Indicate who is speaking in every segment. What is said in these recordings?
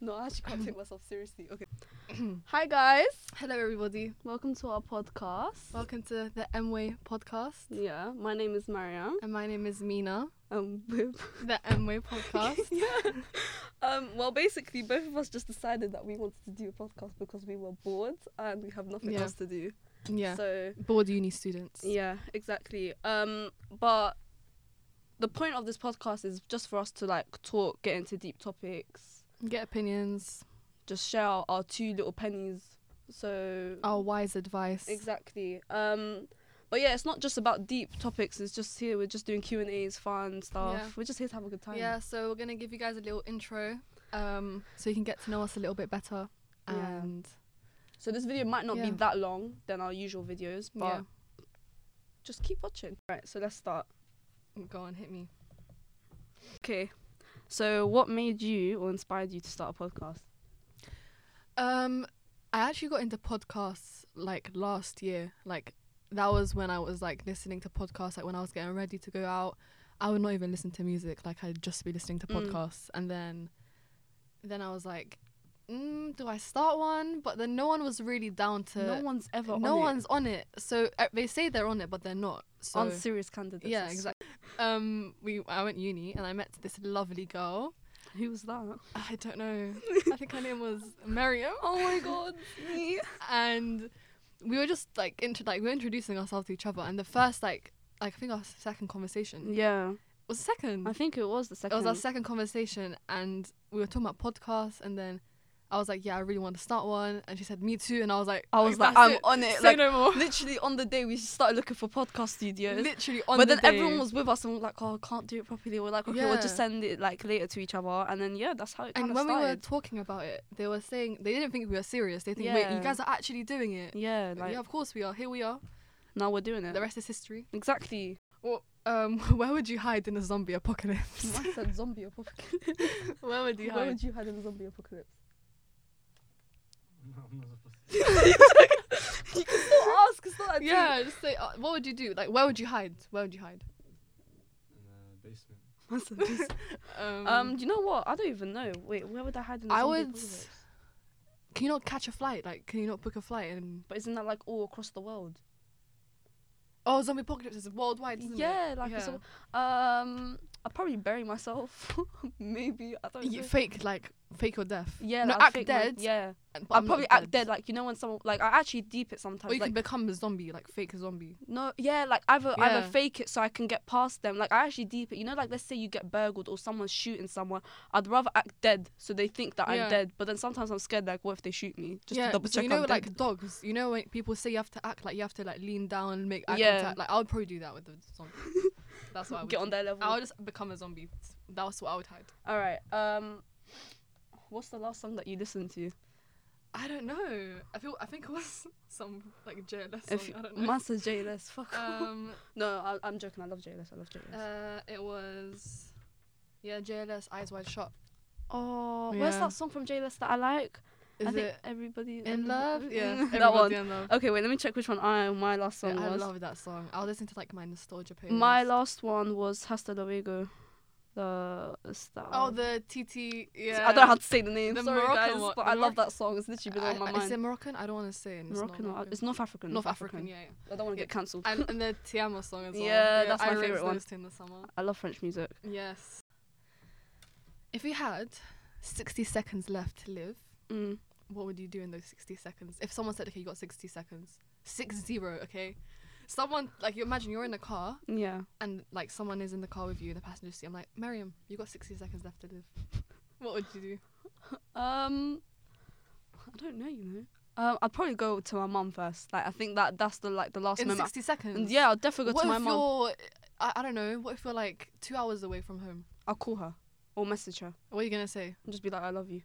Speaker 1: No, I actually can't take myself seriously. Okay. Hi guys.
Speaker 2: Hello, everybody.
Speaker 1: Welcome to our podcast.
Speaker 2: Welcome to the Mway podcast.
Speaker 1: Yeah, my name is Mariam.
Speaker 2: And my name is Mina,
Speaker 1: Um,
Speaker 2: the Mway podcast.
Speaker 1: yeah. Um, well, basically, both of us just decided that we wanted to do a podcast because we were bored and we have nothing
Speaker 2: Yeah.
Speaker 1: else to do.
Speaker 2: Yeah.
Speaker 1: So
Speaker 2: Bored uni students.
Speaker 1: yeah, exactly. Um, but the point of this podcast is just for us to like talk, get into deep topics,
Speaker 2: Get opinions,
Speaker 1: just share our, our two little pennies. So
Speaker 2: our wise advice.
Speaker 1: Exactly. Um, but yeah, it's not just about deep topics. It's just here we're just doing Q and A's, fun stuff.
Speaker 2: Yeah.
Speaker 1: We're just here to have a good time.
Speaker 2: Yeah, so we're going to give you guys a little intro um, so you can get to know us a little bit better.
Speaker 1: Yeah.
Speaker 2: And
Speaker 1: So this video might not be
Speaker 2: Yeah.
Speaker 1: that long than our usual videos, but
Speaker 2: yeah.
Speaker 1: just keep watching. Right. So let's start.
Speaker 2: go on, hit me.
Speaker 1: Okay. So what made you or inspired you to start a podcast?
Speaker 2: Um, I actually got into podcasts like last year. Like that was when I was like listening to podcasts. Like when I was getting ready to go out, I would not even listen to music. Like I'd just be listening to
Speaker 1: Mm.
Speaker 2: podcasts, and then, then I was like, mm, do I start one? But then no one was really down to.
Speaker 1: no one's ever.
Speaker 2: no
Speaker 1: on
Speaker 2: one's on it. So uh, they say they're on it, but they're not.
Speaker 1: it.
Speaker 2: So
Speaker 1: on serious candidates.
Speaker 2: yeah,
Speaker 1: That's-
Speaker 2: exactly. Um, we I went uni and I met this lovely girl.
Speaker 1: Who was that?
Speaker 2: I don't know. I think her name was Miriam
Speaker 1: Oh my god. me.
Speaker 2: and we were just like into like we were introducing ourselves to each other and the first like like I think our second conversation
Speaker 1: yeah.
Speaker 2: was the second.
Speaker 1: I think it was the
Speaker 2: It
Speaker 1: second.
Speaker 2: was our second conversation and we were talking about podcasts and then I was like, Yeah, I really want to start one and she said, Me too and I was like
Speaker 1: I was like,
Speaker 2: "That's
Speaker 1: I'm
Speaker 2: it.
Speaker 1: on it.
Speaker 2: Say
Speaker 1: Like
Speaker 2: no more.
Speaker 1: literally on the day we started looking for podcast studios.
Speaker 2: Literally on
Speaker 1: but
Speaker 2: the
Speaker 1: then everyone was with us and we were like, oh, I can't do it properly. We're like, okay, we'll
Speaker 2: Yeah.
Speaker 1: just send it like later to each other. And then yeah, that's how it kind
Speaker 2: and
Speaker 1: of
Speaker 2: when we were
Speaker 1: started.
Speaker 2: talking about it, they were saying they didn't think we were serious. They think, wait,
Speaker 1: Yeah.
Speaker 2: you guys are actually doing it.
Speaker 1: yeah, like
Speaker 2: yeah, of course we are. Here we are.
Speaker 1: now we're doing it.
Speaker 2: The rest is history.
Speaker 1: exactly.
Speaker 2: Well, um, where would you hide in a zombie apocalypse?
Speaker 1: I said zombie apocalypse.
Speaker 2: where would you
Speaker 1: Where
Speaker 2: hide?
Speaker 1: would you hide in a zombie apocalypse?
Speaker 3: No, I'm not supposed to.
Speaker 1: You can still ask. It's not like
Speaker 2: Yeah, just say, uh, what would you do? Like, where would you hide? Where would you hide?
Speaker 3: In the basement.
Speaker 2: Um,
Speaker 1: um, do you know what? I don't even know. Wait, where would I hide in a
Speaker 2: I
Speaker 1: zombie
Speaker 2: would-
Speaker 1: apocalypse?
Speaker 2: can you not catch a flight? Like, can you not book a flight? And
Speaker 1: But isn't that like all across the world?
Speaker 2: oh, zombie apocalypse is worldwide. Isn't
Speaker 1: yeah, like it's
Speaker 2: Yeah.
Speaker 1: all. Um, I'd probably bury myself. Maybe I don't know.
Speaker 2: it? You fake like fake your death.
Speaker 1: yeah,
Speaker 2: no,
Speaker 1: like, I'd
Speaker 2: act
Speaker 1: fake my-
Speaker 2: dead.
Speaker 1: yeah.
Speaker 2: but
Speaker 1: I'll
Speaker 2: I'm not
Speaker 1: probably act dead, like you know when someone like I actually deep it sometimes.
Speaker 2: Or you
Speaker 1: like
Speaker 2: can become a zombie, like fake a zombie.
Speaker 1: no, yeah, like either either
Speaker 2: Yeah.
Speaker 1: fake it so I can get past them. Like I actually deep it. You know, like let's say you get burgled or someone's shooting someone. I'd rather act dead so they think that
Speaker 2: Yeah.
Speaker 1: I'm dead. But then sometimes I'm scared. Like what if they shoot me? Just to double
Speaker 2: so
Speaker 1: check
Speaker 2: you know,
Speaker 1: I'm
Speaker 2: like
Speaker 1: dead.
Speaker 2: dogs. You know when people say you have to act like you have to like lean down and make eye
Speaker 1: Yeah.
Speaker 2: contact. Like I would probably do that with the zombie. That's what I would
Speaker 1: Get on
Speaker 2: do.
Speaker 1: their level.
Speaker 2: I would just become a zombie. That's what I would hide.
Speaker 1: All right. Um, what's the last song that you listened to?
Speaker 2: I don't know. I feel. I think it was some like JLS song.
Speaker 1: If
Speaker 2: I don't know.
Speaker 1: Master JLS, fuck.
Speaker 2: um,
Speaker 1: no, I, I'm joking. I love JLS. I love JLS.
Speaker 2: uh, it was yeah, JLS Eyes Wide Shut.
Speaker 1: oh, where's
Speaker 2: yeah.
Speaker 1: that song from JLS that I like?
Speaker 2: Is
Speaker 1: I
Speaker 2: it
Speaker 1: think everybody
Speaker 2: In Love? Yeah,
Speaker 1: that one.
Speaker 2: Everybody in love.
Speaker 1: Okay, wait, let me check which one I my last
Speaker 2: Yeah,
Speaker 1: song
Speaker 2: I
Speaker 1: was.
Speaker 2: love that song. I'll listen to like my nostalgia playlist.
Speaker 1: my last one was Hasta Luego. The star.
Speaker 2: oh the TT yeah.
Speaker 1: I don't know how to say the name.
Speaker 2: The
Speaker 1: Sorry
Speaker 2: Moroccan
Speaker 1: guys,
Speaker 2: one-
Speaker 1: but
Speaker 2: the
Speaker 1: I love
Speaker 2: Morocc-
Speaker 1: that song. It's literally been
Speaker 2: I,
Speaker 1: on my
Speaker 2: I-
Speaker 1: mind.
Speaker 2: Is it Moroccan? I don't want to say it. It's not
Speaker 1: Moroccan or
Speaker 2: Moroccan.
Speaker 1: it's North African.
Speaker 2: North African, yeah, yeah.
Speaker 1: I don't want to get cancelled.
Speaker 2: And, and the Tiamo song as well.
Speaker 1: Yeah, that's
Speaker 2: I
Speaker 1: my
Speaker 2: raised
Speaker 1: favourite one.
Speaker 2: those two in the summer.
Speaker 1: I love French music.
Speaker 2: Yes. If you had 60 seconds left to live,
Speaker 1: Mm.
Speaker 2: what would you do in those 60 seconds? If someone said, okay, you got 60 seconds, six zero, okay? Someone, like, you imagine you're in a car
Speaker 1: Yeah.
Speaker 2: and, like, someone is in the car with you in the passenger seat. I'm like, Miriam, you got 60 seconds left to live. what would you do?
Speaker 1: Um, I don't know. You know. Um, I'd probably go to my mum first. Like I think that that's the like the last
Speaker 2: in
Speaker 1: moment.
Speaker 2: 60 seconds?
Speaker 1: yeah, I'll definitely go
Speaker 2: What
Speaker 1: to my
Speaker 2: if
Speaker 1: mum.
Speaker 2: you're, I, I don't know, what if you're, like, two hours away from home?
Speaker 1: I'll call her or message her
Speaker 2: What are you going to say?
Speaker 1: and just be like, I love you.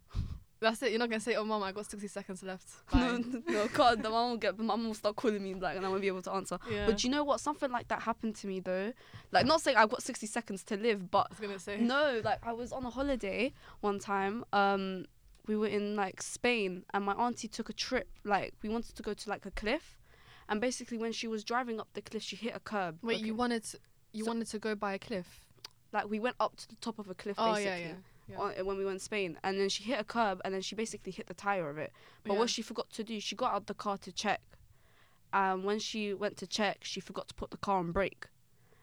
Speaker 2: That's it. You're not going to say, oh, mom, I got 60 seconds left.
Speaker 1: No,
Speaker 2: Bye.
Speaker 1: no, God, the mum will get, my mum will start calling me like, and I won't be able to answer.
Speaker 2: yeah.
Speaker 1: But you know what? Something like that happened to me though. Like, not saying I've got sixty seconds to live, but
Speaker 2: I was going to say.
Speaker 1: no, like I was on a holiday one time. Um, we were in like Spain, and my auntie took a trip. Like, we wanted to go to like a cliff, and basically when she was driving up the cliff, she hit a curb.
Speaker 2: Wait,
Speaker 1: okay?
Speaker 2: you wanted to, you
Speaker 1: So-
Speaker 2: wanted to go by a cliff?
Speaker 1: like we went up to the top of a cliff
Speaker 2: Oh,
Speaker 1: basically.
Speaker 2: yeah, yeah. Yeah.
Speaker 1: on, when we were in Spain, and then she hit a curb, and then she basically hit the tire of it. But
Speaker 2: Yeah.
Speaker 1: what she forgot to do, she got out the car to check. And when she went to check, she forgot to put the car on brake.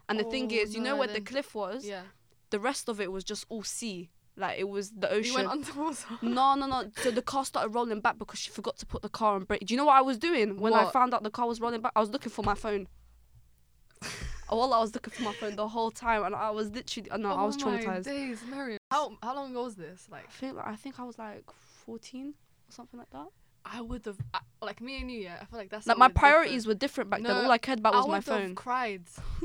Speaker 1: And the thing
Speaker 2: Oh,
Speaker 1: is, you know
Speaker 2: no,
Speaker 1: where the
Speaker 2: then-
Speaker 1: cliff was?
Speaker 2: yeah.
Speaker 1: The rest of it was just all sea. Like it was the
Speaker 2: We
Speaker 1: ocean.
Speaker 2: went underwater.
Speaker 1: no, no, no. So the car started rolling back because she forgot to put the car on brake. Do you know what I was doing when I
Speaker 2: What?
Speaker 1: found out the car was rolling back? I was looking for my phone. All I was looking for my phone the whole time, and I was literally no, I
Speaker 2: Oh
Speaker 1: was
Speaker 2: my
Speaker 1: traumatized.
Speaker 2: Days, Mary. How how long ago was this? Like
Speaker 1: I think I think I was like 14 or something like that.
Speaker 2: I would have like me and you. Yeah, I feel like that's
Speaker 1: like my priorities were different back
Speaker 2: No,
Speaker 1: then. All I cared about was
Speaker 2: I
Speaker 1: my
Speaker 2: would have
Speaker 1: phone.
Speaker 2: cried.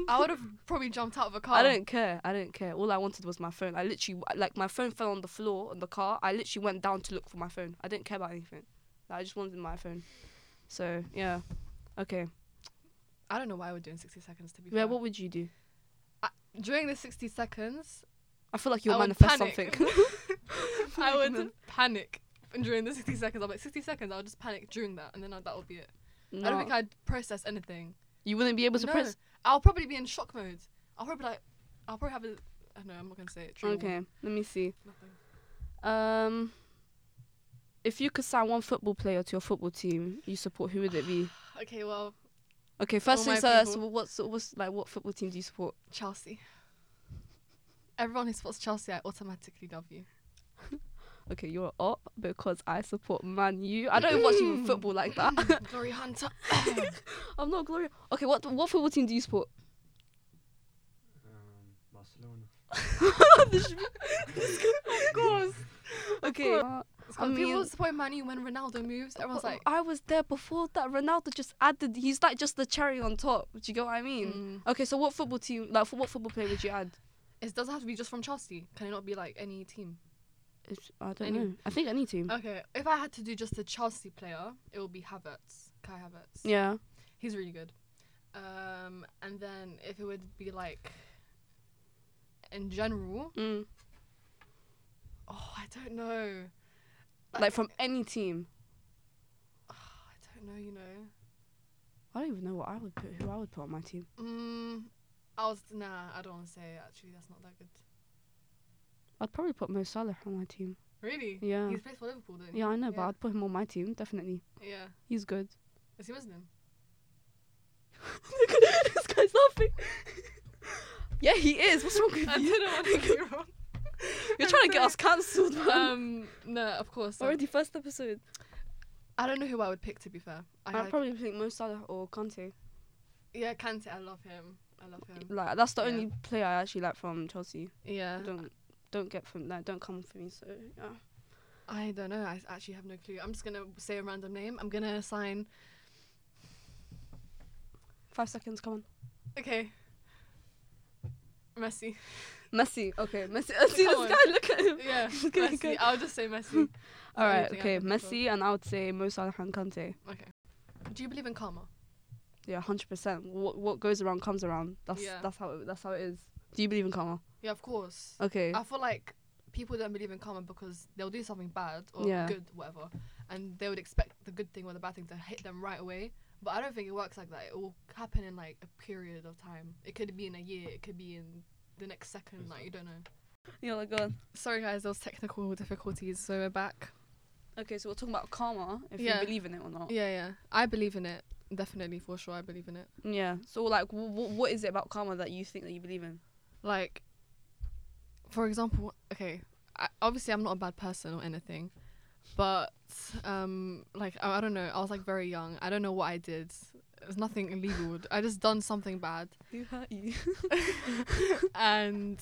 Speaker 2: I would have probably jumped out of a car.
Speaker 1: I didn't care. I didn't care. All I wanted was my phone. I literally like my phone fell on the floor on the car. I literally went down to look for my phone. I didn't care about anything. Like, I just wanted my phone. So yeah, okay.
Speaker 2: I don't know why I would do in sixty seconds to be
Speaker 1: Yeah,
Speaker 2: fair.
Speaker 1: what would you do?
Speaker 2: During the sixty seconds,
Speaker 1: I feel like you'll
Speaker 2: I would
Speaker 1: manifest
Speaker 2: panic.
Speaker 1: something.
Speaker 2: I would
Speaker 1: Goodness.
Speaker 2: panic. And during the sixty seconds, I'm like sixty seconds. I'll just panic during that, and then I, that'll be it.
Speaker 1: no,
Speaker 2: I don't think I'd process anything.
Speaker 1: you wouldn't be able to
Speaker 2: no,
Speaker 1: press.
Speaker 2: I'll probably be in shock mode. I'll probably like, I'll probably have a. I know I'm not gonna say it. True.
Speaker 1: Okay, let me see.
Speaker 2: Nothing.
Speaker 1: Um, if you could sign one football player to your football team you support, who would it be?
Speaker 2: Okay. Well,
Speaker 1: Okay, first
Speaker 2: my
Speaker 1: things first.
Speaker 2: people.
Speaker 1: wh- What's what's like what football team do you support?
Speaker 2: Chelsea. Everyone who supports Chelsea, I automatically love you.
Speaker 1: Okay, you're up because I support Man U. I don't even watch even football like that.
Speaker 2: Glory Hunter.
Speaker 1: I'm not Gloria. Okay, what what football team do you support?
Speaker 3: Um, Barcelona.
Speaker 1: of course. Okay. uh, I
Speaker 2: When people
Speaker 1: mean-
Speaker 2: support Manu when Ronaldo moves. Everyone's
Speaker 1: but
Speaker 2: like,
Speaker 1: I was there before that. Ronaldo just added. He's like just the cherry on top. Do you get what I mean?
Speaker 2: mm.
Speaker 1: Okay, so what football team? Like, for what football player would you add?
Speaker 2: it doesn't have to be just from Chelsea. Can it not be like any team?
Speaker 1: It's, I don't
Speaker 2: Any-
Speaker 1: know. Oh. I think any team.
Speaker 2: Okay, if I had to do just a Chelsea player, it would be Havertz, Kai Havertz.
Speaker 1: yeah.
Speaker 2: He's really good. Um, and then if it would be like, in general,
Speaker 1: Mm.
Speaker 2: oh, I don't know.
Speaker 1: Like from any team.
Speaker 2: Ah, I don't know, you know.
Speaker 1: I don't even know what I would put. Who I would put on my team.
Speaker 2: Mm, I was, nah, I don't want to say it, actually, that's not that good.
Speaker 1: I'd probably put Mo Salah on my team.
Speaker 2: Really?
Speaker 1: Yeah.
Speaker 2: He's played for Liverpool, didn't he?
Speaker 1: Yeah, I know, but
Speaker 2: Yeah.
Speaker 1: I'd put him on my team definitely.
Speaker 2: Yeah.
Speaker 1: He's good.
Speaker 2: Is he Muslim?
Speaker 1: this guy's laughing. yeah, he is. What's wrong with you?
Speaker 2: know what to get wrong.
Speaker 1: You're trying to get us cancelled. man.
Speaker 2: Um, no, of course. not.
Speaker 1: Already first episode.
Speaker 2: I don't know who I would pick to be fair. I
Speaker 1: I'd
Speaker 2: had-
Speaker 1: probably pick Mo Salah or Kante.
Speaker 2: yeah, Kante. I love him. I love him.
Speaker 1: Like that's the
Speaker 2: Mm. Yeah.
Speaker 1: only player I actually like from Chelsea.
Speaker 2: Yeah.
Speaker 1: Don't don't get from that. Don't come for me. So yeah.
Speaker 2: I don't know. I s- actually have no clue. I'm just gonna say a random name. I'm gonna assign.
Speaker 1: Five seconds. Come on.
Speaker 2: Okay. Messi.
Speaker 1: Messi. Okay, Messi. I see this
Speaker 2: on.
Speaker 1: guy. Look at him.
Speaker 2: Yeah.
Speaker 1: Okay, okay.
Speaker 2: Messi. I'll just say Messi.
Speaker 1: All right.
Speaker 2: anything I
Speaker 1: Okay,
Speaker 2: can think of.
Speaker 1: Messi, and I would say Mo Salah and Kante.
Speaker 2: Okay. Do you believe in karma?
Speaker 1: Yeah, hundred percent. What what goes around comes around. That's
Speaker 2: Yeah.
Speaker 1: that's how it, that's how it is. Do you believe in karma?
Speaker 2: Yeah, of course.
Speaker 1: Okay.
Speaker 2: I feel like people don't believe in karma because they'll do something bad or
Speaker 1: Yeah.
Speaker 2: good, whatever, and they would expect the good thing or the bad thing to hit them right away. But I don't think it works like that. It will happen in like a period of time. It could be in a year. It could be in the next second. Like you don't know.
Speaker 1: Yeah, like God.
Speaker 2: Sorry guys, there was technical difficulties, so we're back.
Speaker 1: Okay, so we're talking about karma, if
Speaker 2: Yeah.
Speaker 1: you believe in it or not. Yeah.
Speaker 2: Yeah, yeah. I believe in it. Definitely, for sure, I believe in it.
Speaker 1: So like, w- what is it about karma that you think that you believe in?
Speaker 2: like for example okay I, obviously i'm not a bad person or anything but um like I, I don't know i was like very young i don't know what i did it was nothing illegal i just done something bad
Speaker 1: Who hurt you?
Speaker 2: and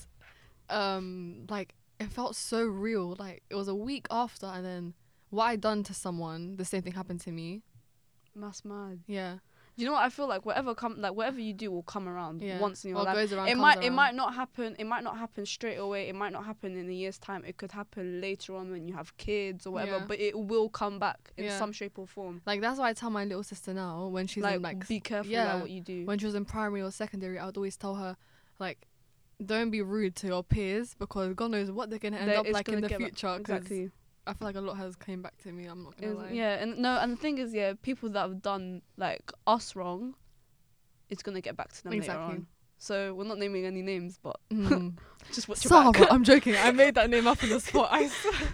Speaker 2: um like it felt so real like it was a week after and then what i done to someone the same thing happened to me
Speaker 1: That's mad.
Speaker 2: yeah
Speaker 1: You know what? I feel like whatever come, like whatever you do will come around
Speaker 2: yeah
Speaker 1: once in your
Speaker 2: What
Speaker 1: life.
Speaker 2: goes around
Speaker 1: It
Speaker 2: comes
Speaker 1: might it
Speaker 2: around.
Speaker 1: might not happen. It might not happen straight away. It might not happen in a year's time. It could happen later on when you have kids or whatever.
Speaker 2: Yeah.
Speaker 1: But it will come back in
Speaker 2: Yeah.
Speaker 1: some shape or form.
Speaker 2: like that's why i tell my little sister now when she's
Speaker 1: like,
Speaker 2: in like
Speaker 1: be careful
Speaker 2: yeah,
Speaker 1: about what you do.
Speaker 2: when she was in primary or secondary, I would always tell her, like, don't be rude to your peers because God knows what they're gonna end
Speaker 1: They-
Speaker 2: up
Speaker 1: it's
Speaker 2: like in
Speaker 1: gonna
Speaker 2: the
Speaker 1: get back-
Speaker 2: future. 'cause
Speaker 1: Exactly.
Speaker 2: I feel like a lot has came back to me. I'm not gonna
Speaker 1: Is-
Speaker 2: lie.
Speaker 1: yeah, and no, and the thing is, yeah, people that have done like us wrong, it's gonna get back to them
Speaker 2: Exactly.
Speaker 1: later on. So we're not naming any names, but
Speaker 2: Mm.
Speaker 1: just watch your
Speaker 2: Sarah,
Speaker 1: back.
Speaker 2: I'm joking. I made that name up on the spot. I swear.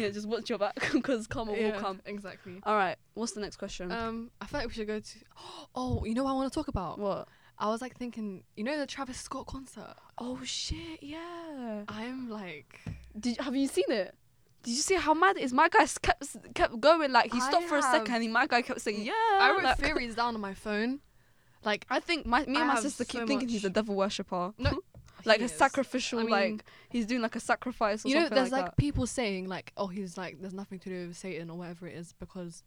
Speaker 1: yeah, just watch your back because karma will come.
Speaker 2: Exactly.
Speaker 1: All right. What's the next question?
Speaker 2: Um, I feel like we should go to. Oh, you know what I want to talk about?
Speaker 1: what?
Speaker 2: I was like thinking, you know, the Travis Scott concert.
Speaker 1: Oh shit! Yeah.
Speaker 2: I'm like,
Speaker 1: Did have you seen it? Did you see how mad it is? My guy s- kept s- kept going like he
Speaker 2: I
Speaker 1: stopped for a
Speaker 2: have-
Speaker 1: second. And my guy kept saying yeah.
Speaker 2: I wrote
Speaker 1: Ah, like-
Speaker 2: theories down on my phone. Like,
Speaker 1: I think my me and
Speaker 2: I
Speaker 1: my
Speaker 2: have
Speaker 1: sister keep
Speaker 2: so
Speaker 1: thinking he's a
Speaker 2: much-
Speaker 1: devil worshipper.
Speaker 2: No,
Speaker 1: like
Speaker 2: he
Speaker 1: a
Speaker 2: is.
Speaker 1: sacrificial,
Speaker 2: I mean,
Speaker 1: like he's doing like a sacrifice or
Speaker 2: you know,
Speaker 1: something
Speaker 2: there's
Speaker 1: like,
Speaker 2: like,
Speaker 1: that.
Speaker 2: people saying like, oh, he's like, there's nothing to do with Satan or whatever it is because,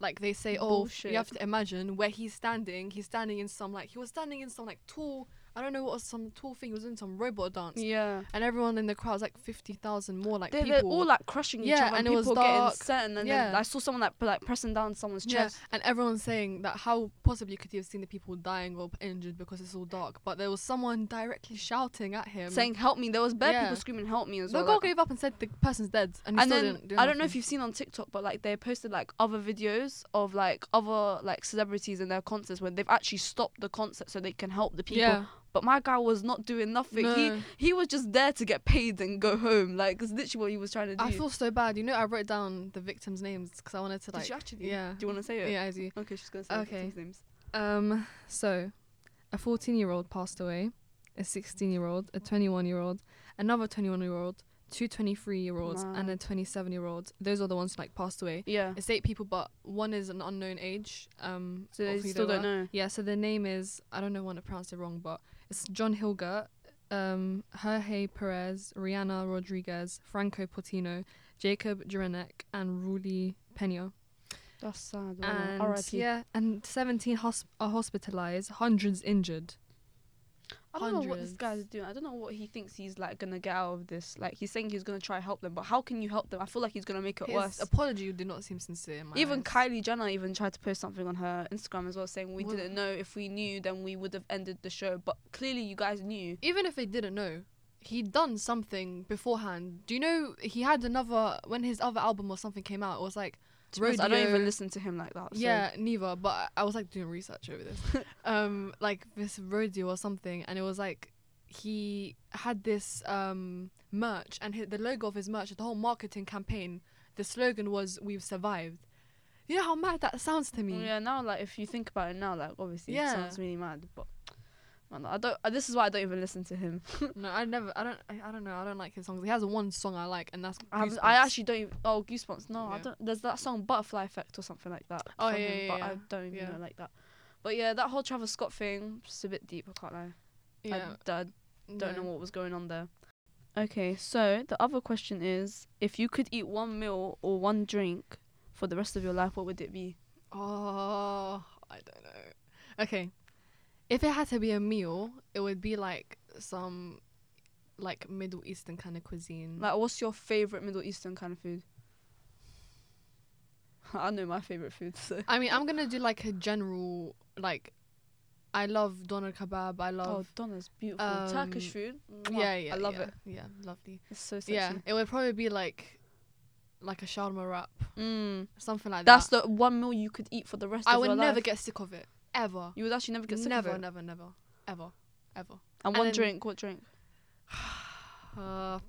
Speaker 2: like, they say, oh,
Speaker 1: Bullshit.
Speaker 2: you have to imagine where he's standing. He's standing in some like he was standing in some like tall. I don't know what was some tall thing. He was in some robot dance,
Speaker 1: Yeah,
Speaker 2: and everyone in the crowd was like fifty thousand more like
Speaker 1: they're,
Speaker 2: people.
Speaker 1: they're all like crushing each
Speaker 2: Yeah,
Speaker 1: other,
Speaker 2: and it
Speaker 1: people
Speaker 2: was
Speaker 1: getting
Speaker 2: dark.
Speaker 1: upset, and then, then
Speaker 2: Yeah.
Speaker 1: I saw someone like p- like pressing down someone's
Speaker 2: Yeah,
Speaker 1: chest.
Speaker 2: and everyone's saying that how possibly could he have seen the people dying or injured because it's all dark, but there was someone directly shouting at him
Speaker 1: Saying help me, there was bare
Speaker 2: yeah.
Speaker 1: people screaming help me as
Speaker 2: The
Speaker 1: well.
Speaker 2: girl
Speaker 1: like-
Speaker 2: gave up and said the person's dead, and, he
Speaker 1: and
Speaker 2: still
Speaker 1: then
Speaker 2: didn't do
Speaker 1: I don't know if
Speaker 2: nothing.
Speaker 1: you've seen on TikTok, but like they posted like other videos of like other like celebrities in their concerts when they've actually stopped the concert so they can help the people.
Speaker 2: yeah,
Speaker 1: But my guy was not doing nothing. He
Speaker 2: no.
Speaker 1: he was just there to get paid and go home. Like it's literally what he was trying to do.
Speaker 2: I feel so bad. You know, I wrote down the victims' names because I wanted to
Speaker 1: Did
Speaker 2: like.
Speaker 1: you actually?
Speaker 2: Yeah.
Speaker 1: Do you want to say it?
Speaker 2: yeah, I do.
Speaker 1: Okay, she's gonna say
Speaker 2: Okay.
Speaker 1: okay. names.
Speaker 2: Um, so a 14 year old passed away, a 16 year old, a 21 year old, another 21 year old, two 23 year olds, and a
Speaker 1: Mad.
Speaker 2: 27 year old. Those are the ones who like passed away.
Speaker 1: Yeah.
Speaker 2: It's eight people, but one is an unknown age. Um,
Speaker 1: So
Speaker 2: of
Speaker 1: they
Speaker 2: who
Speaker 1: still
Speaker 2: were.
Speaker 1: don't know.
Speaker 2: Yeah, so their name is I don't know want to pronounce it wrong, but it's John Hilger, um, Jorge Perez, Rihanna Rodriguez, Franco Portino, Jacob Jurenek, and Ruli Pena.
Speaker 1: That's sad.
Speaker 2: And
Speaker 1: R.I.P.
Speaker 2: yeah, and 17 hosp- are hospitalized, hundreds injured.
Speaker 1: I don't know what this
Speaker 2: hundreds.
Speaker 1: guy's doing. I don't know what he thinks he's like gonna get out of this. Like he's saying he's gonna try help them, but how can you help them? I feel like he's gonna make it
Speaker 2: His
Speaker 1: worse.
Speaker 2: apology did not seem sincere. in my
Speaker 1: Even
Speaker 2: eyes.
Speaker 1: Kylie Jenner even tried to post something on her Instagram as well, saying we
Speaker 2: Well-
Speaker 1: didn't know. If we knew, then we would have ended the show. But clearly, you guys knew.
Speaker 2: even if they didn't know, he'd done something beforehand. Do you know he had another when his other album or something came out? It was like
Speaker 1: To be honest, I don't
Speaker 2: Rodeo.
Speaker 1: even listen to him like that. so-
Speaker 2: Yeah, neither. But I- I was like doing research over this, um, like this rodeo or something, and it was like he had this um merch and hi the logo of his merch, the whole marketing campaign. The slogan was "We've survived." You know how mad that sounds to
Speaker 1: Well,
Speaker 2: me.
Speaker 1: yeah. Now, like, if you think about it now, like, obviously, it
Speaker 2: Yeah.
Speaker 1: sounds really mad. But man, I don't. uh, This is why I don't even listen to him.
Speaker 2: No, I never. I don't. I, I don't know. I don't like his songs. He has one song I like, and that's.
Speaker 1: I, haven't- I
Speaker 2: Goosebumps.
Speaker 1: actually don't. Even, oh, goosebumps. No, I
Speaker 2: Yeah.
Speaker 1: don't. There's that song Butterfly Effect or something like that.
Speaker 2: Oh,
Speaker 1: from
Speaker 2: yeah,
Speaker 1: him,
Speaker 2: yeah,
Speaker 1: But I
Speaker 2: yeah.
Speaker 1: don't even
Speaker 2: Yeah.
Speaker 1: know like that. But yeah, that whole Travis Scott thing, just a bit deep. I can't lie. I
Speaker 2: Yeah.
Speaker 1: d- I don't
Speaker 2: no.
Speaker 1: know what was going on there. Okay, so the other question is if you could eat one meal or one drink for the rest of your life, what would it be?
Speaker 2: Oh, I don't know. Okay. If it had to be a meal, it would be like some like Middle Eastern kind of cuisine.
Speaker 1: Like, what's your favorite Middle Eastern kind of food? I know my favorite food, so.
Speaker 2: I mean, I'm going to do like a general like I love doner kebab. I
Speaker 1: Oh,
Speaker 2: love
Speaker 1: Donna's beautiful.
Speaker 2: Um,
Speaker 1: Turkish food. Mwah,
Speaker 2: Yeah, yeah.
Speaker 1: Oh, I love
Speaker 2: yeah,
Speaker 1: it.
Speaker 2: Yeah, lovely.
Speaker 1: It's so sexy.
Speaker 2: Yeah, it would probably be like like a shawarma wrap,
Speaker 1: Mm,
Speaker 2: something like
Speaker 1: that's
Speaker 2: that.
Speaker 1: the one meal you could eat for the rest
Speaker 2: I
Speaker 1: of
Speaker 2: would
Speaker 1: your
Speaker 2: never
Speaker 1: life.
Speaker 2: get sick of it ever.
Speaker 1: You would actually never get sick
Speaker 2: never,
Speaker 1: of it.
Speaker 2: never, never, ever, ever.
Speaker 1: And
Speaker 2: And
Speaker 1: one
Speaker 2: then-
Speaker 1: drink, what drink?
Speaker 2: Uh,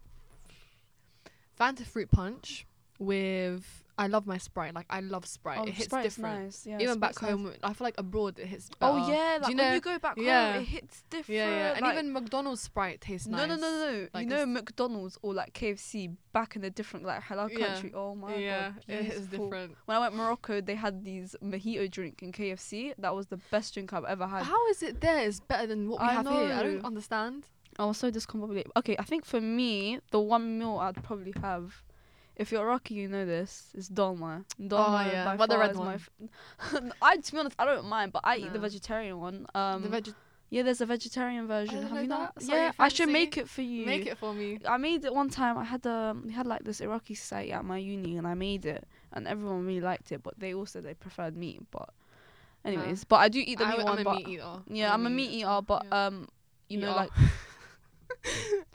Speaker 2: Fanta fruit punch with I love my Sprite. Like I love Sprite.
Speaker 1: oh,
Speaker 2: it hits
Speaker 1: Sprite's
Speaker 2: different.
Speaker 1: nice. Yeah,
Speaker 2: even back
Speaker 1: Sprite's nice.
Speaker 2: home, I feel like abroad it hits.
Speaker 1: Oh
Speaker 2: better.
Speaker 1: yeah, like
Speaker 2: Do you
Speaker 1: when
Speaker 2: know-
Speaker 1: you go back
Speaker 2: yeah.
Speaker 1: home, it hits different.
Speaker 2: yeah, yeah, and
Speaker 1: like-
Speaker 2: even McDonald's Sprite tastes
Speaker 1: no,
Speaker 2: nice.
Speaker 1: no, no, no, no.
Speaker 2: Like,
Speaker 1: you know
Speaker 2: it's-
Speaker 1: McDonald's or like KFC back in a different like halal
Speaker 2: Yeah.
Speaker 1: country. Oh my
Speaker 2: yeah,
Speaker 1: god,
Speaker 2: it hits
Speaker 1: beautiful.
Speaker 2: different.
Speaker 1: When I went Morocco, they had these mojito drink in KFC. That was the best drink I've ever had.
Speaker 2: How is it there is better than what we
Speaker 1: I
Speaker 2: have here? I don't
Speaker 1: know.
Speaker 2: understand.
Speaker 1: I was so discombobulated. Okay, I think for me, the one meal I'd probably have, if you're Iraqi, you know this, is dolma. Dolma,
Speaker 2: Oh, yeah,
Speaker 1: by
Speaker 2: but the
Speaker 1: far
Speaker 2: red
Speaker 1: is
Speaker 2: one.
Speaker 1: my f- I to be honest, I don't mind, but I eat the
Speaker 2: No.
Speaker 1: vegetarian one. Um,
Speaker 2: the veg-
Speaker 1: yeah, there's a vegetarian version.
Speaker 2: didn't
Speaker 1: have
Speaker 2: know
Speaker 1: you not?
Speaker 2: that. Sorry,
Speaker 1: yeah, I should
Speaker 2: fancy.
Speaker 1: make it for you.
Speaker 2: make it for me.
Speaker 1: I made it one time. I had um, we had like this Iraqi site at my uni, and I made it, and everyone really liked it. But they also they preferred meat. But, anyways, but I do eat the
Speaker 2: Uh, I,
Speaker 1: meat
Speaker 2: am
Speaker 1: one.
Speaker 2: a
Speaker 1: but um,
Speaker 2: meat eater. Um,
Speaker 1: yeah, I'm a meat eater, but
Speaker 2: yeah.
Speaker 1: um, you know,
Speaker 2: Yeah.
Speaker 1: like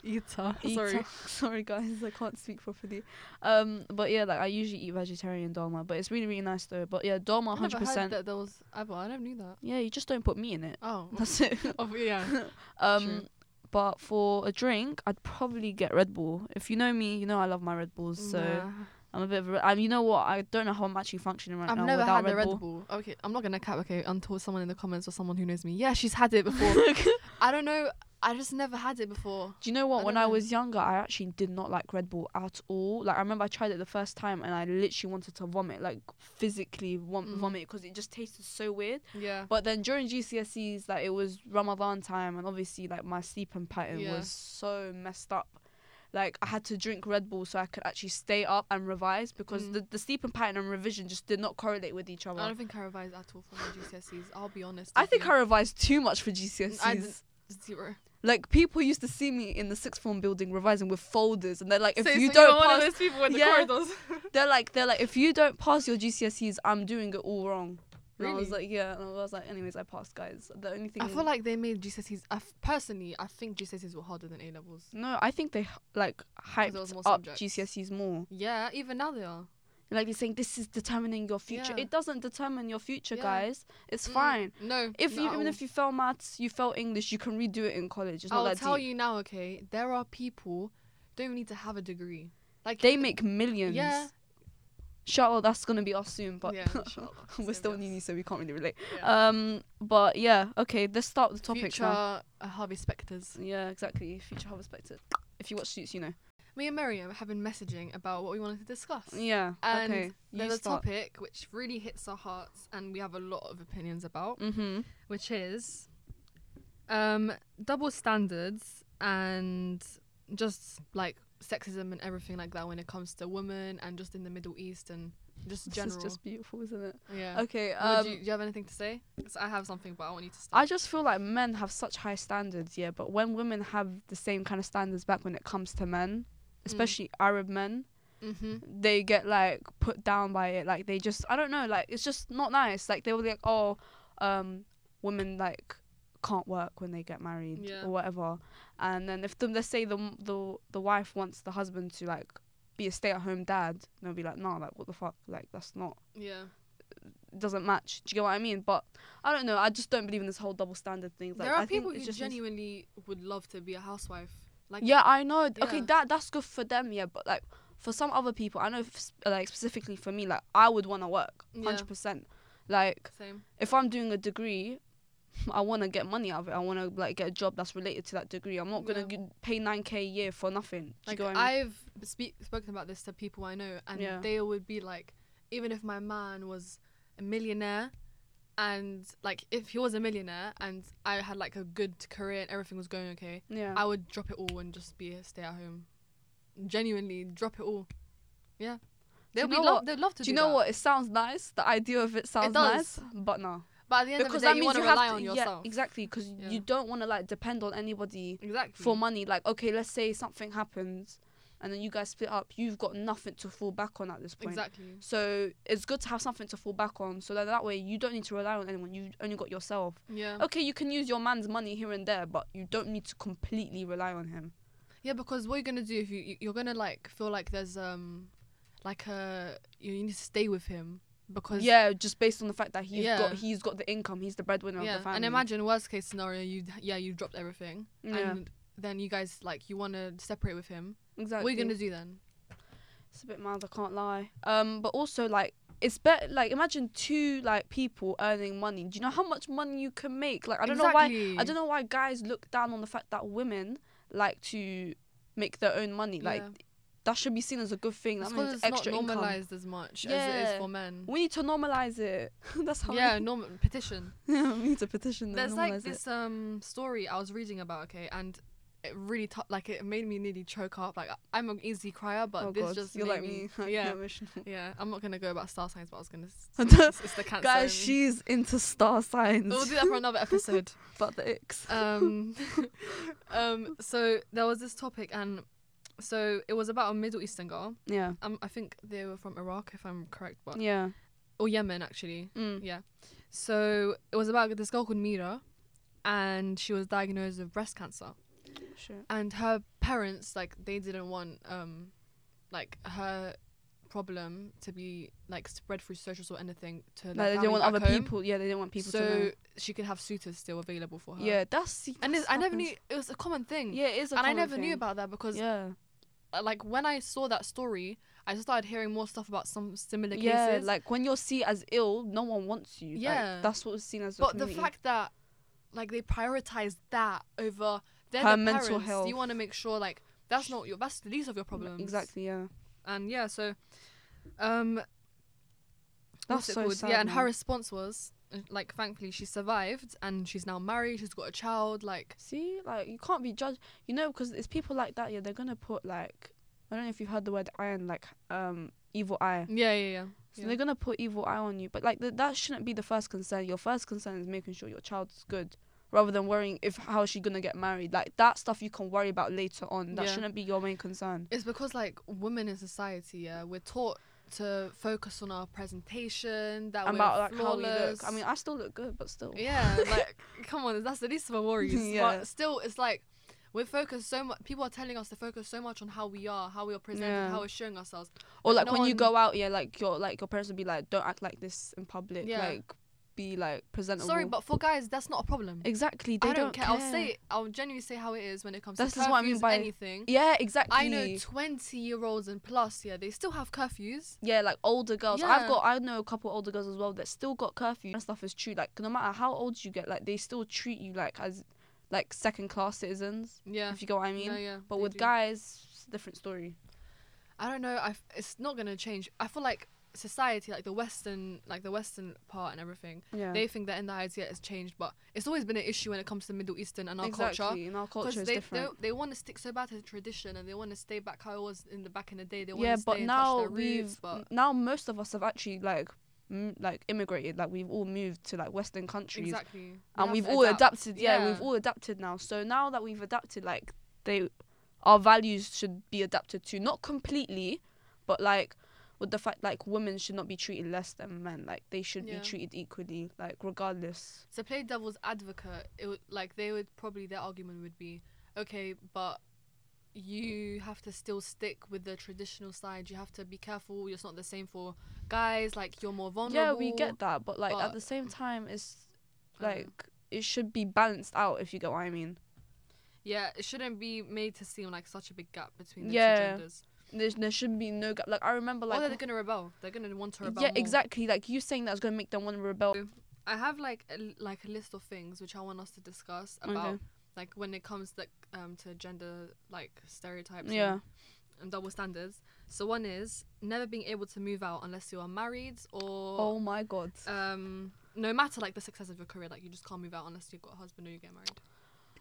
Speaker 2: Eater.
Speaker 1: Sorry. Sorry guys, I can't speak properly. Um but yeah, like I usually eat vegetarian dolma, but it's really, really nice though. But yeah, dolma
Speaker 2: I never
Speaker 1: hundred
Speaker 2: heard
Speaker 1: percent
Speaker 2: that there was Abba. I never knew that.
Speaker 1: Yeah, you just don't put meat in it.
Speaker 2: Oh.
Speaker 1: That's it.
Speaker 2: oh yeah.
Speaker 1: Um
Speaker 2: True.
Speaker 1: but for a drink I'd probably get Red Bull. If you know me, you know I love my Red Bulls, so
Speaker 2: Nah.
Speaker 1: I'm a bit of a Red I, you know what, I don't know how I'm actually functioning right
Speaker 2: I've
Speaker 1: now
Speaker 2: never
Speaker 1: without
Speaker 2: had
Speaker 1: Red,
Speaker 2: the Red
Speaker 1: Bull.
Speaker 2: Bull. Okay, I'm not gonna cap. Okay, until someone in the comments or someone who knows me. Yeah, she's had it before. I don't know. I just never had it before.
Speaker 1: Do you know what?
Speaker 2: I
Speaker 1: when
Speaker 2: don't
Speaker 1: I
Speaker 2: know.
Speaker 1: was younger, I actually did not like Red Bull at all. Like I remember I tried it the first time and I literally wanted to vomit, like physically vom-
Speaker 2: Mm.
Speaker 1: vomit, because it just tasted so weird.
Speaker 2: Yeah.
Speaker 1: But then during GCSEs, like it was Ramadan time, and obviously like my sleeping pattern
Speaker 2: Yeah.
Speaker 1: was so messed up. Like I had to drink Red Bull so I could actually stay up and revise because
Speaker 2: Mm.
Speaker 1: the, the sleeping pattern and revision just did not correlate with each
Speaker 2: I
Speaker 1: other.
Speaker 2: don't think I revised at all for my GCSEs. I'll be honest.
Speaker 1: I
Speaker 2: with
Speaker 1: think
Speaker 2: you.
Speaker 1: I revised too much for GCSEs.
Speaker 2: zero.
Speaker 1: Like people used to see me in the sixth form building revising with folders, and they're like, if
Speaker 2: So-
Speaker 1: you
Speaker 2: so
Speaker 1: don't
Speaker 2: you're one of
Speaker 1: pass,
Speaker 2: those people in the
Speaker 1: Yeah.
Speaker 2: corridors.
Speaker 1: they're like, they're like, if you don't pass your GCSEs, I'm doing it all wrong. And I was
Speaker 2: Really?
Speaker 1: like, yeah. And I was like, anyways, I passed, guys. The only thing
Speaker 2: I feel like they made GCSEs. I f- personally, I think GCSEs were harder than A levels.
Speaker 1: no, I think they like hyped
Speaker 2: there was more
Speaker 1: up
Speaker 2: subjects.
Speaker 1: GCSEs more.
Speaker 2: Yeah, even now they are.
Speaker 1: Like they're saying, this is determining your future.
Speaker 2: Yeah.
Speaker 1: It doesn't determine your future,
Speaker 2: Yeah.
Speaker 1: guys. It's
Speaker 2: Mm-mm.
Speaker 1: fine.
Speaker 2: Mm, No.
Speaker 1: If
Speaker 2: not
Speaker 1: you
Speaker 2: at
Speaker 1: even
Speaker 2: all.
Speaker 1: if you fail maths, you fail English, you can redo it in college. It's not
Speaker 2: I'll
Speaker 1: that
Speaker 2: tell
Speaker 1: deep.
Speaker 2: you now, okay, there are people don't even need to have a degree. Like
Speaker 1: They make millions.
Speaker 2: Yeah.
Speaker 1: Shout out, that's gonna be us soon, but
Speaker 2: Yeah, inshallah, it's gonna
Speaker 1: we're
Speaker 2: be
Speaker 1: still in
Speaker 2: us.
Speaker 1: uni, so we can't really relate.
Speaker 2: Yeah.
Speaker 1: Um, but yeah, okay, let's start the topic
Speaker 2: Future
Speaker 1: now.
Speaker 2: uh, Harvey Specters.
Speaker 1: Yeah, exactly. Future Harvey Specter. If you watch Suits, you know.
Speaker 2: Me and Miriam have been messaging about what we wanted to discuss.
Speaker 1: Yeah.
Speaker 2: And
Speaker 1: okay.
Speaker 2: There's a topic which really hits our hearts and we have a lot of opinions about,
Speaker 1: Mm-hmm.
Speaker 2: which is um, double standards and just like sexism and everything like that when it comes to women and just in the Middle East and just
Speaker 1: This
Speaker 2: general.
Speaker 1: is just beautiful, isn't it?
Speaker 2: yeah.
Speaker 1: Okay.
Speaker 2: Would
Speaker 1: Um,
Speaker 2: you, do you have anything to say? 'Cause I have something, but I want you to start.
Speaker 1: I just feel like men have such high standards, yeah. But when women have the same kind of standards back when it comes to men, especially Arab men,
Speaker 2: mm-hmm.
Speaker 1: they get like put down by it. Like they just, I don't know. Like it's just not nice. Like they were like, oh, um, women like can't work when they get married
Speaker 2: Yeah.
Speaker 1: or whatever. And then if the, let's say the m- the the wife wants the husband to like be a stay at home dad, they'll be like, nah, like what the fuck? Like that's not
Speaker 2: Yeah.
Speaker 1: it doesn't match. Do you get what I mean? But I don't know. I just don't believe in this whole double standard thing. Like
Speaker 2: there are
Speaker 1: I
Speaker 2: people
Speaker 1: think
Speaker 2: who
Speaker 1: it's just
Speaker 2: genuinely would love to be a housewife. Like
Speaker 1: yeah, I know. Okay,
Speaker 2: Yeah.
Speaker 1: that that's good for them. Yeah, but like for some other people, I know f- s- like specifically for me, like I would want to work
Speaker 2: Yeah.
Speaker 1: hundred percent. Like
Speaker 2: same.
Speaker 1: if I'm doing a degree, I want to get money out of it. I want to like get a job that's related to that degree. I'm not gonna
Speaker 2: Yeah.
Speaker 1: g- pay nine k a year for nothing. Do you
Speaker 2: Like
Speaker 1: get what I mean?
Speaker 2: I've speak, spoken about this to people I know, and
Speaker 1: Yeah.
Speaker 2: they would be like, even if my man was a millionaire, and like if he was a millionaire and I had like a good career and everything was going okay,
Speaker 1: yeah.
Speaker 2: I would drop it all and just be a stay at home. Genuinely, drop it all. Yeah,
Speaker 1: you
Speaker 2: they'd be
Speaker 1: know
Speaker 2: love.
Speaker 1: what?
Speaker 2: They'd love to.
Speaker 1: do you know
Speaker 2: that.
Speaker 1: what? It sounds nice. The idea of it sounds nice,
Speaker 2: does.
Speaker 1: but no.
Speaker 2: But at the end
Speaker 1: Because
Speaker 2: of the
Speaker 1: that
Speaker 2: day, you
Speaker 1: means
Speaker 2: want
Speaker 1: you
Speaker 2: to
Speaker 1: have
Speaker 2: rely
Speaker 1: to,
Speaker 2: on
Speaker 1: yeah,
Speaker 2: yourself.
Speaker 1: exactly. Because
Speaker 2: Yeah. Hmm.
Speaker 1: you don't want to like depend on anybody
Speaker 2: exactly.
Speaker 1: for money. Like, okay, let's say something happens, and then you guys split up. You've got nothing to fall back on at this point.
Speaker 2: Exactly.
Speaker 1: So it's good to have something to fall back on, so that that way you don't need to rely on anyone. You only got yourself.
Speaker 2: Yeah.
Speaker 1: Okay, you can use your man's money here and there, but you don't need to completely rely on him.
Speaker 2: Yeah, because what you're gonna do if you you- you're gonna like feel like there's um like a you you need to stay with him because
Speaker 1: Yeah, just based on the fact that he's
Speaker 2: Yeah.
Speaker 1: got he's got the income, he's the breadwinner
Speaker 2: yeah
Speaker 1: of the family.
Speaker 2: and imagine worst case scenario you yeah you dropped everything
Speaker 1: yeah,
Speaker 2: and then you guys like you want to separate with him
Speaker 1: exactly.
Speaker 2: what are you gonna do then
Speaker 1: It's a bit mad, I can't lie. Um, but also like it's better like imagine two like people earning money. Do you know how much money you can make? Like I don't know
Speaker 2: Exactly.
Speaker 1: why I don't know why guys look down on the fact that women like to make their own money. Like
Speaker 2: Yeah.
Speaker 1: that should be seen as a good thing.
Speaker 2: it's
Speaker 1: That
Speaker 2: 'cause
Speaker 1: means
Speaker 2: it's not
Speaker 1: extra income.
Speaker 2: normalized as much as it
Speaker 1: Yeah.
Speaker 2: is for men
Speaker 1: We need to normalize it. That's how.
Speaker 2: yeah normal petition
Speaker 1: we need to petition them.
Speaker 2: there's
Speaker 1: normalize
Speaker 2: like
Speaker 1: it.
Speaker 2: this um story I was reading about okay and it really tou- like it made me nearly choke up like I- I'm an easy crier but
Speaker 1: oh
Speaker 2: this
Speaker 1: God,
Speaker 2: just
Speaker 1: you're
Speaker 2: made
Speaker 1: like me. I get
Speaker 2: yeah
Speaker 1: emotional.
Speaker 2: Yeah, I'm not gonna go about star signs, but I was gonna. s-
Speaker 1: I don't-
Speaker 2: It's, it's the cancer.
Speaker 1: Guys,
Speaker 2: in me.
Speaker 1: she's into star signs.
Speaker 2: We'll do that for another episode.
Speaker 1: but the icks.
Speaker 2: Um, um. So there was this topic, and so it was about a Middle Eastern girl.
Speaker 1: yeah.
Speaker 2: Um, I think they were from Iraq, if I'm correct, but
Speaker 1: Yeah.
Speaker 2: or Yemen actually.
Speaker 1: Mm.
Speaker 2: Yeah. So it was about this girl called Mira, and she was diagnosed with breast cancer.
Speaker 1: shit.
Speaker 2: and her parents like they didn't want um like her problem to be like spread through socials or anything to their
Speaker 1: Like they
Speaker 2: family
Speaker 1: didn't want
Speaker 2: back
Speaker 1: other
Speaker 2: home.
Speaker 1: people. Yeah, they didn't want people
Speaker 2: so
Speaker 1: to know.
Speaker 2: she could have suitors still available for her
Speaker 1: Yeah, that's. see,
Speaker 2: and it's,
Speaker 1: that's
Speaker 2: i never
Speaker 1: happens.
Speaker 2: knew it was a common thing
Speaker 1: Yeah, it is. A
Speaker 2: and i
Speaker 1: common
Speaker 2: never
Speaker 1: thing.
Speaker 2: knew about that because
Speaker 1: Yeah.
Speaker 2: uh, like when i saw that story i started hearing more stuff about some similar
Speaker 1: yeah,
Speaker 2: cases
Speaker 1: like when you're seen as ill, no one wants you.
Speaker 2: Yeah.
Speaker 1: Like, that's what was seen as. a
Speaker 2: but the
Speaker 1: community.
Speaker 2: fact that like they prioritize that over their
Speaker 1: Her
Speaker 2: the
Speaker 1: mental
Speaker 2: parents,
Speaker 1: health.
Speaker 2: you want to make sure like that's not your that's the least of your problems
Speaker 1: Exactly. Yeah.
Speaker 2: and yeah so um what's
Speaker 1: That's
Speaker 2: it
Speaker 1: so
Speaker 2: called?
Speaker 1: sad.
Speaker 2: yeah and her
Speaker 1: man.
Speaker 2: response was uh, like thankfully she survived and she's now married she's got a child like
Speaker 1: See, like you can't be judged. You know, because it's people like that. Yeah, they're gonna put like I don't know if you've heard the word iron, like um evil eye.
Speaker 2: yeah yeah yeah
Speaker 1: So they're gonna put evil eye on you. But like th- that shouldn't be the first concern. Your first concern is making sure your child's good, rather than worrying if how is she gonna get married. Like that stuff you can worry about later on. That
Speaker 2: Yeah.
Speaker 1: shouldn't be your main concern.
Speaker 2: it's because like women in society yeah we're taught to focus on our presentation that we're
Speaker 1: About like
Speaker 2: flawless.
Speaker 1: how we look. I mean, I still look good, but still.
Speaker 2: yeah like come on that's the least of our worries
Speaker 1: Yeah.
Speaker 2: but still it's like we're focused so much people are telling us to focus so much on how we are how we are presented
Speaker 1: Yeah.
Speaker 2: how we're showing ourselves
Speaker 1: Or
Speaker 2: Like,
Speaker 1: like
Speaker 2: no
Speaker 1: when you
Speaker 2: one-
Speaker 1: go out, yeah, like your like your parents would be like, don't act like this in public.
Speaker 2: Yeah.
Speaker 1: Like, be like presentable.
Speaker 2: sorry but for guys that's not a problem
Speaker 1: exactly, they
Speaker 2: I don't, care. I'll say it. I'll genuinely say how it is when it comes
Speaker 1: This
Speaker 2: to
Speaker 1: is what I mean
Speaker 2: curfews,
Speaker 1: by-
Speaker 2: anything.
Speaker 1: Yeah, exactly.
Speaker 2: I know twenty year olds and plus, yeah, they still have curfews.
Speaker 1: yeah, like older girls. I've
Speaker 2: Yeah.
Speaker 1: got I know a couple older girls as well that still got curfew and stuff is true. Like no matter how old you get, like they still treat you like as like second class citizens.
Speaker 2: Yeah.
Speaker 1: If you get what I mean.
Speaker 2: No, yeah,
Speaker 1: but
Speaker 2: they
Speaker 1: with
Speaker 2: do.
Speaker 1: guys, it's a different story.
Speaker 2: I don't know, I f- it's not gonna change. I feel like society, like the Western like the Western part and everything,
Speaker 1: Yeah.
Speaker 2: they think that in the idea has changed, but it's always been an issue when it comes to Middle Eastern and our
Speaker 1: exactly.
Speaker 2: culture.
Speaker 1: In our
Speaker 2: Because
Speaker 1: culture is
Speaker 2: they
Speaker 1: different.
Speaker 2: don't- they want to stick so bad to tradition and they want to stay back how it was in the back in the day. They want
Speaker 1: yeah,
Speaker 2: to stay
Speaker 1: but
Speaker 2: and
Speaker 1: now
Speaker 2: touch their
Speaker 1: we've
Speaker 2: roots, but
Speaker 1: now most of us have actually like m- like immigrated. Like we've all moved to like Western countries,
Speaker 2: exactly. We
Speaker 1: and
Speaker 2: have
Speaker 1: we've
Speaker 2: to
Speaker 1: all
Speaker 2: adapt.
Speaker 1: adapted. Yeah, we've all adapted now. So now that we've adapted, like they, our values should be adapted to not completely, but like with the fact like women should not be treated less than men. Like they should
Speaker 2: Yeah.
Speaker 1: be treated equally, like regardless.
Speaker 2: to play devil's advocate, it would like they would probably their argument would be, okay, but you have to still stick with the traditional side. You have to be careful. It's not the same for guys. Like you're more vulnerable.
Speaker 1: yeah, we get that, but like
Speaker 2: but-
Speaker 1: at the same time, it's
Speaker 2: I don't know.
Speaker 1: like it should be balanced out. If you get what I mean.
Speaker 2: Yeah, it shouldn't be made to seem like such a big gap between the
Speaker 1: Yeah.
Speaker 2: two genders.
Speaker 1: There's, there should be no gap. Like I remember,
Speaker 2: Like,
Speaker 1: like
Speaker 2: or they're gonna rebel. They're gonna want to rebel.
Speaker 1: yeah,
Speaker 2: more.
Speaker 1: exactly. Like you saying that's gonna make them want to rebel.
Speaker 2: I have like a, l- like a list of things which I want us to discuss
Speaker 1: Okay.
Speaker 2: about like when it comes like um to gender like stereotypes. and
Speaker 1: Yeah,
Speaker 2: and double standards. So one is never being able to move out unless you are married or
Speaker 1: Oh my god.
Speaker 2: um no matter like the success of your career, like you just can't move out unless you've got a husband or you get married.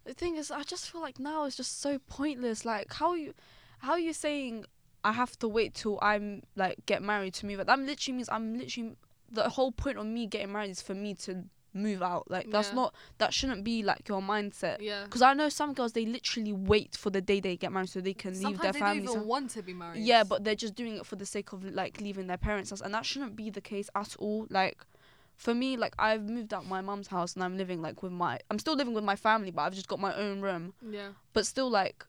Speaker 1: The thing is, I just feel like now it's just so pointless. Like how you, how you saying I have to wait till I'm like get married to move out. That literally means I'm literally the whole point of me getting married is for me to move out. Like that's
Speaker 2: Yeah.
Speaker 1: not that shouldn't be like your mindset.
Speaker 2: Yeah.
Speaker 1: Because I know some girls they literally wait for the day they get married so they can leave
Speaker 2: Sometimes
Speaker 1: their
Speaker 2: they
Speaker 1: families.
Speaker 2: don't even
Speaker 1: and-
Speaker 2: want to be married.
Speaker 1: Yeah, but they're just doing it for the sake of like leaving their parents' house, and that shouldn't be the case at all. Like, for me, like I've moved out my mum's house and I'm living like with my, I'm still living with my family, but I've just got my own room.
Speaker 2: yeah,
Speaker 1: But still, like,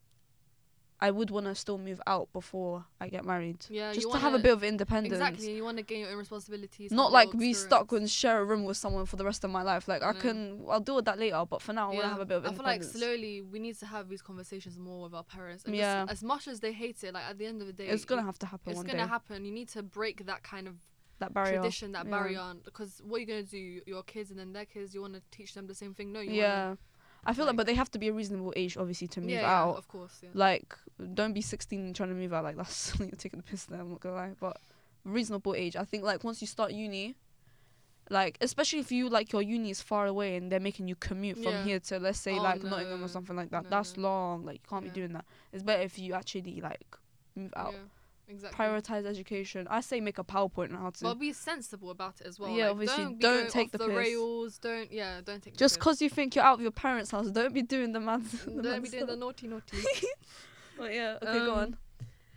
Speaker 1: I would want to still move out before I get married,
Speaker 2: yeah,
Speaker 1: just
Speaker 2: you
Speaker 1: to have a
Speaker 2: wanna-
Speaker 1: bit of independence.
Speaker 2: Exactly, you want to gain your own responsibilities.
Speaker 1: Not
Speaker 2: have
Speaker 1: like
Speaker 2: your
Speaker 1: be
Speaker 2: experience.
Speaker 1: stuck and share a room with someone for the rest of my life. Like I
Speaker 2: No.
Speaker 1: can, I'll deal with that later. But for now, I want to
Speaker 2: Yeah.
Speaker 1: have a bit of
Speaker 2: I feel like
Speaker 1: independence.
Speaker 2: slowly we need to have these conversations more with our parents. And
Speaker 1: Yeah.
Speaker 2: yeah. As much as they hate it, like at the end of the day,
Speaker 1: it's gonna
Speaker 2: you-
Speaker 1: have to happen
Speaker 2: It's
Speaker 1: one
Speaker 2: gonna
Speaker 1: day.
Speaker 2: happen. You need to break that kind of
Speaker 1: that barrier.
Speaker 2: tradition, that
Speaker 1: Yeah.
Speaker 2: barrier, because what are you gonna do? Your kids and then their kids, you want to teach them the same thing? No, you
Speaker 1: yeah.
Speaker 2: Wanna,
Speaker 1: I feel like,
Speaker 2: like-
Speaker 1: but they have to be a reasonable age, obviously, to move
Speaker 2: yeah, yeah,
Speaker 1: out.
Speaker 2: of course. Yeah.
Speaker 1: like don't be 16 and trying to move out like that's you're taking the piss there i'm not gonna lie but reasonable age i think like once you start uni like especially if you like your uni is far away and they're making you commute from
Speaker 2: Yeah.
Speaker 1: here to let's say
Speaker 2: Oh,
Speaker 1: like nottingham
Speaker 2: no.
Speaker 1: or something like that
Speaker 2: No,
Speaker 1: that's
Speaker 2: no.
Speaker 1: long like you can't
Speaker 2: Yeah.
Speaker 1: be doing that it's better if you actually like move out
Speaker 2: yeah, exactly.
Speaker 1: prioritize education i say make a powerpoint on how to
Speaker 2: But be sensible about it as well.
Speaker 1: Yeah,
Speaker 2: like,
Speaker 1: obviously,
Speaker 2: Don't, be
Speaker 1: don't
Speaker 2: going
Speaker 1: take
Speaker 2: off
Speaker 1: the
Speaker 2: the
Speaker 1: piss.
Speaker 2: rails. Don't yeah. Don't take
Speaker 1: just
Speaker 2: the piss.
Speaker 1: because you think you're out of your parents house don't be doing the mad the mad
Speaker 2: Don't be doing the
Speaker 1: stuff.
Speaker 2: naughty naughty.
Speaker 1: But yeah okay go
Speaker 2: Um,
Speaker 1: on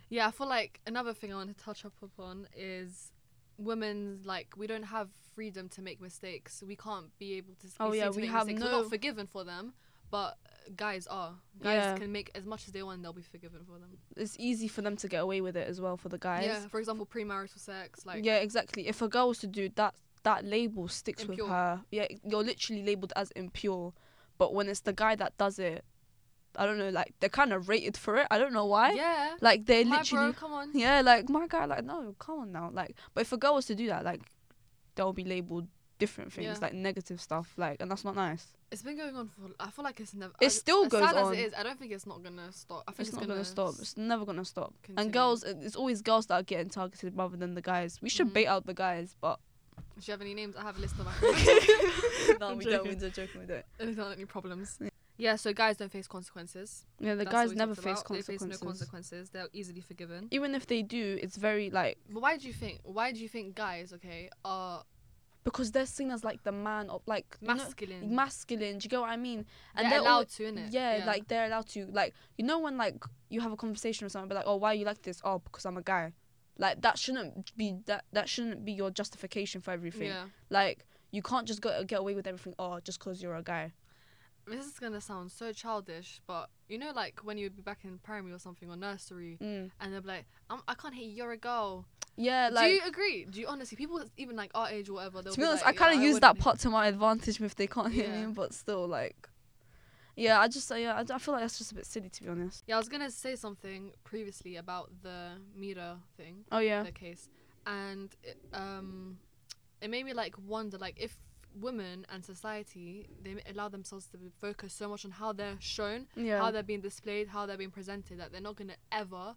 Speaker 2: yeah, I feel like another thing I want to touch up upon is women like we don't have freedom to make mistakes. We can't be able to.
Speaker 1: Oh,
Speaker 2: be seen
Speaker 1: yeah,
Speaker 2: to
Speaker 1: we
Speaker 2: make
Speaker 1: have
Speaker 2: mistakes. We're
Speaker 1: no-
Speaker 2: not forgiven for them. but guys are guys
Speaker 1: Yeah.
Speaker 2: can make as much as they want. and They'll be forgiven for them.
Speaker 1: It's easy for them to get away with it as well for the guys.
Speaker 2: Yeah, for example, premarital sex, like
Speaker 1: yeah, exactly. If a girl was to do that, that label sticks
Speaker 2: Impure.
Speaker 1: with her. Yeah, you're literally labeled as impure. But when it's the guy that does it, I don't know. Like they're kind of rated for it. I don't know why.
Speaker 2: yeah,
Speaker 1: Like they're
Speaker 2: my
Speaker 1: literally,
Speaker 2: bro, come on.
Speaker 1: yeah. Like my guy, like no, come on now. Like, but if a girl was to do that, like they'll be labeled different things,
Speaker 2: Yeah.
Speaker 1: like negative stuff. Like, and that's not nice.
Speaker 2: It's been going on for. I feel like it's never.
Speaker 1: It
Speaker 2: as-
Speaker 1: still
Speaker 2: as
Speaker 1: goes
Speaker 2: sad
Speaker 1: on.
Speaker 2: As it is, I don't think it's not gonna stop. I think
Speaker 1: It's,
Speaker 2: it's,
Speaker 1: not gonna, stop. It's never gonna stop.
Speaker 2: continue.
Speaker 1: And girls, it- it's always girls that are getting targeted rather than the guys. We should
Speaker 2: Mhm.
Speaker 1: bait out the guys, but
Speaker 2: Do you have any names? I have a list of my
Speaker 1: no,
Speaker 2: I'm
Speaker 1: we don't. We
Speaker 2: joking.
Speaker 1: don't joke. We don't.
Speaker 2: If there aren't any problems. Yeah, so guys don't face consequences.
Speaker 1: Yeah, the
Speaker 2: That's what
Speaker 1: guys
Speaker 2: we
Speaker 1: never face
Speaker 2: talked about.
Speaker 1: consequences.
Speaker 2: They face no consequences. They're easily forgiven.
Speaker 1: Even if they do, it's very like
Speaker 2: But why do you think? Why do you think guys, okay, are
Speaker 1: because they're seen as like the man of like you know-
Speaker 2: masculine?
Speaker 1: masculine. Do you get what I mean?
Speaker 2: and they're,
Speaker 1: they're
Speaker 2: allowed
Speaker 1: all-
Speaker 2: to, innit?
Speaker 1: Yeah, like they're allowed to like you know when like you have a conversation with someone, but like oh why are you like this? Oh because I'm a guy. Like that shouldn't be that that shouldn't be your justification for everything.
Speaker 2: yeah.
Speaker 1: Like you can't just go get away with everything. Oh just because you're a guy.
Speaker 2: This is gonna sound so childish, but you know, like when you'd be back in primary or something or nursery,
Speaker 1: Mm.
Speaker 2: and they'd be like, I'm, "I can't hate you. You're a girl."
Speaker 1: Yeah, like
Speaker 2: do you agree? Do you honestly? People even like our age or whatever. they'll
Speaker 1: to be honest,
Speaker 2: like,
Speaker 1: I kind
Speaker 2: "Yeah,
Speaker 1: of use that
Speaker 2: wouldn't
Speaker 1: part to my advantage if they can't hear
Speaker 2: Yeah.
Speaker 1: me, but still, like, yeah, I just, uh, yeah, I, I feel like that's just a bit silly to be honest.
Speaker 2: Yeah, I was gonna say something previously about the Mira thing,
Speaker 1: Oh yeah,
Speaker 2: the case, and it, um, it made me like wonder, like if women and society they allow themselves to focus so much on how they're shown,
Speaker 1: yeah,
Speaker 2: how they're being displayed, how they're being presented, that they're not gonna ever,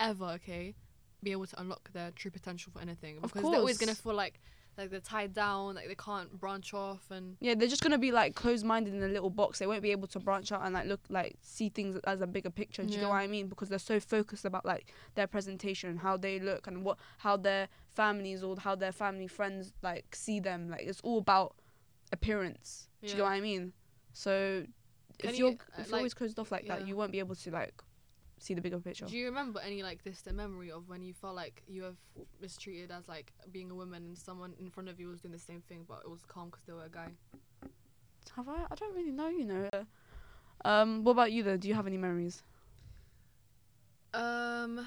Speaker 2: ever, okay, be able to unlock their true potential for anything because they're always gonna
Speaker 1: course.
Speaker 2: feel like like they're tied down, like they can't branch off, and
Speaker 1: yeah. They're just gonna be like closed-minded in a little box. They won't be able to branch out and like look like see things as a bigger picture. Do you
Speaker 2: Yeah.
Speaker 1: know what I mean? Because they're so focused about like their presentation, how they look, and what how their families or how their family friends like see them. Like it's all about appearance. Do you know
Speaker 2: Yeah.
Speaker 1: what I mean? So
Speaker 2: Can
Speaker 1: if
Speaker 2: you,
Speaker 1: you're
Speaker 2: uh,
Speaker 1: if you're always
Speaker 2: like-
Speaker 1: closed off like
Speaker 2: yeah.
Speaker 1: that, you won't be able to like see the bigger picture.
Speaker 2: Do you remember any like distant memory of when you felt like you have mistreated as like being a woman and someone in front of you was doing the same thing but it was calm because they were a guy?
Speaker 1: Have I? I don't really know. You know. Um. What about you though? Do you have any memories?
Speaker 2: Um,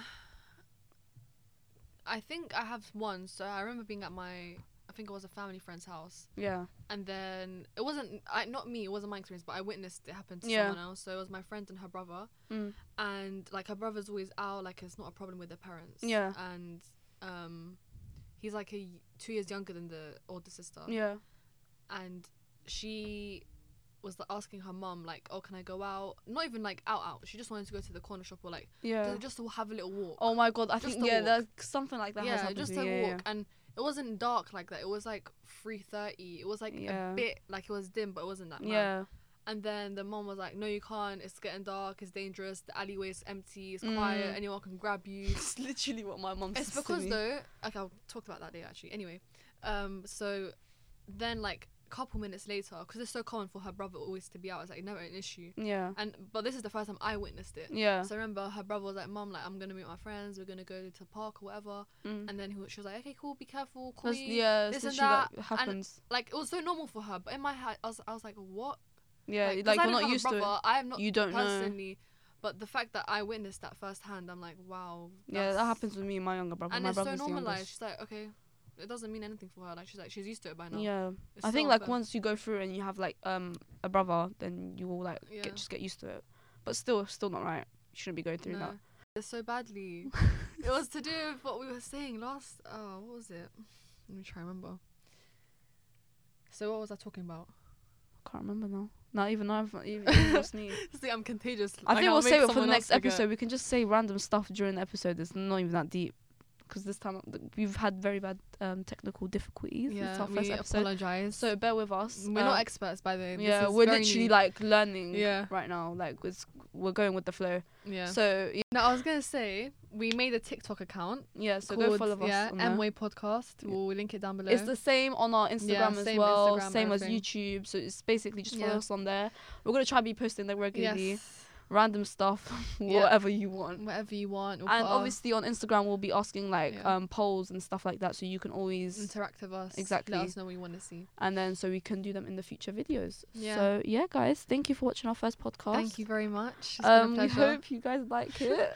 Speaker 2: I think I have one. So I remember being at my I think it was a family friend's house
Speaker 1: Yeah.
Speaker 2: and then it wasn't I not me it wasn't my experience but I witnessed it happen to
Speaker 1: Yeah.
Speaker 2: someone else. So it was my friend and her brother
Speaker 1: Mm.
Speaker 2: and like her brother's always out like it's not a problem with their parents.
Speaker 1: Yeah.
Speaker 2: And um, he's like a y- two years younger than the older sister.
Speaker 1: Yeah.
Speaker 2: and she was like, asking her mum like, "Oh, can I go out?" Not even like out out. She just wanted to go to the corner shop or like
Speaker 1: Yeah.
Speaker 2: ju- just to have a little walk.
Speaker 1: Oh my god! I
Speaker 2: Just
Speaker 1: think
Speaker 2: a
Speaker 1: yeah,
Speaker 2: walk.
Speaker 1: there's something like that. has
Speaker 2: yeah,
Speaker 1: happened
Speaker 2: just
Speaker 1: to
Speaker 2: a
Speaker 1: me,
Speaker 2: walk.
Speaker 1: yeah, yeah.
Speaker 2: And it wasn't dark like that. It was like three thirty. It was like
Speaker 1: Yeah.
Speaker 2: a bit like it was dim, but it wasn't that. bad.
Speaker 1: Yeah.
Speaker 2: And then the mum was like, "No, you can't. It's getting dark. It's dangerous. The alleyway's empty. It's quiet.
Speaker 1: Mm.
Speaker 2: Anyone can grab you."
Speaker 1: It's literally what my mum.
Speaker 2: It's
Speaker 1: says to
Speaker 2: because
Speaker 1: me.
Speaker 2: though, like I'll talk about that later actually. Anyway, um, so then like couple minutes later, because it's so common for her brother always to be out, it's like never an issue.
Speaker 1: Yeah.
Speaker 2: And but this is the first time I witnessed it.
Speaker 1: Yeah.
Speaker 2: So I remember her brother was like, "Mom, like I'm gonna meet my friends. We're gonna go to the park or whatever."
Speaker 1: Mm.
Speaker 2: And then he, was- she was like, "Okay, cool. Be careful. Call
Speaker 1: That's,
Speaker 2: me."
Speaker 1: yeah.
Speaker 2: this
Speaker 1: This
Speaker 2: and
Speaker 1: literally like, happens.
Speaker 2: Like it was so normal for her, but in my head, I was, I was like, "What?"
Speaker 1: yeah. Like,
Speaker 2: 'cause I
Speaker 1: you're
Speaker 2: don't
Speaker 1: not
Speaker 2: have a
Speaker 1: used to it.
Speaker 2: brother, I am not
Speaker 1: You don't know.
Speaker 2: personally. But the fact that I witnessed that firsthand, I'm like, "Wow."
Speaker 1: Yeah, that
Speaker 2: that's-
Speaker 1: happens with me and my younger brother.
Speaker 2: and
Speaker 1: my
Speaker 2: it's so
Speaker 1: brother's the
Speaker 2: normalized.
Speaker 1: youngest.
Speaker 2: She's like, okay, it doesn't mean anything for her. Like she's like, she's used to it by now.
Speaker 1: Yeah.
Speaker 2: It's
Speaker 1: I
Speaker 2: so
Speaker 1: think like
Speaker 2: unfair.
Speaker 1: once you go through and you have like um a brother, then you will like
Speaker 2: Yeah.
Speaker 1: get, just get used to it. But still, still not right. You shouldn't be going through
Speaker 2: no.
Speaker 1: that.
Speaker 2: It's so badly. it was to do with what we were saying last. Oh, what was it? Let me try and remember. So what was I talking about?
Speaker 1: I can't remember now. Not even now. I've even, even lost me.
Speaker 2: See, I'm contagious.
Speaker 1: I
Speaker 2: Like,
Speaker 1: think
Speaker 2: I'll
Speaker 1: we'll
Speaker 2: make
Speaker 1: save it for the
Speaker 2: someone
Speaker 1: next
Speaker 2: else forget.
Speaker 1: episode. We can just say random stuff during the episode. It's not even that deep. Because this time th- we've had very bad um, technical difficulties.
Speaker 2: Yeah,
Speaker 1: it's our
Speaker 2: we
Speaker 1: first episode.
Speaker 2: apologize.
Speaker 1: So bear with us.
Speaker 2: we're not
Speaker 1: Um,
Speaker 2: experts, by the way. This
Speaker 1: yeah,
Speaker 2: is
Speaker 1: we're
Speaker 2: very
Speaker 1: literally
Speaker 2: new.
Speaker 1: like learning
Speaker 2: Yeah.
Speaker 1: right now. Like it's, we're going with the flow.
Speaker 2: yeah.
Speaker 1: So yeah,
Speaker 2: now I was gonna say we made a TikTok account.
Speaker 1: yeah, so go
Speaker 2: called,
Speaker 1: follow us.
Speaker 2: Yeah,
Speaker 1: on there.
Speaker 2: Mway Podcast.
Speaker 1: Yeah.
Speaker 2: We'll link it down below.
Speaker 1: It's the same on our Instagram as
Speaker 2: same
Speaker 1: well,
Speaker 2: Instagram,
Speaker 1: same
Speaker 2: everything.
Speaker 1: as YouTube. So it's basically just follow
Speaker 2: Yeah.
Speaker 1: us on there. We're gonna try to be posting there regularly.
Speaker 2: yes.
Speaker 1: random stuff,
Speaker 2: Yeah.
Speaker 1: whatever you want.
Speaker 2: whatever you want. We'll
Speaker 1: And
Speaker 2: put our-
Speaker 1: obviously on Instagram we'll be asking like
Speaker 2: Yeah.
Speaker 1: um polls and stuff like that, so you can always
Speaker 2: interact with us.
Speaker 1: Exactly.
Speaker 2: Let us know what you want to see.
Speaker 1: and then so we can do them in the future videos.
Speaker 2: Yeah.
Speaker 1: So yeah, guys, thank you for watching our first podcast.
Speaker 2: Thank you very much. It's
Speaker 1: Um,
Speaker 2: been a
Speaker 1: we
Speaker 2: pleasure.
Speaker 1: hope you guys like it.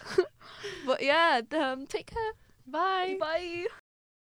Speaker 1: but yeah, um, take care.
Speaker 2: Bye.
Speaker 1: Bye.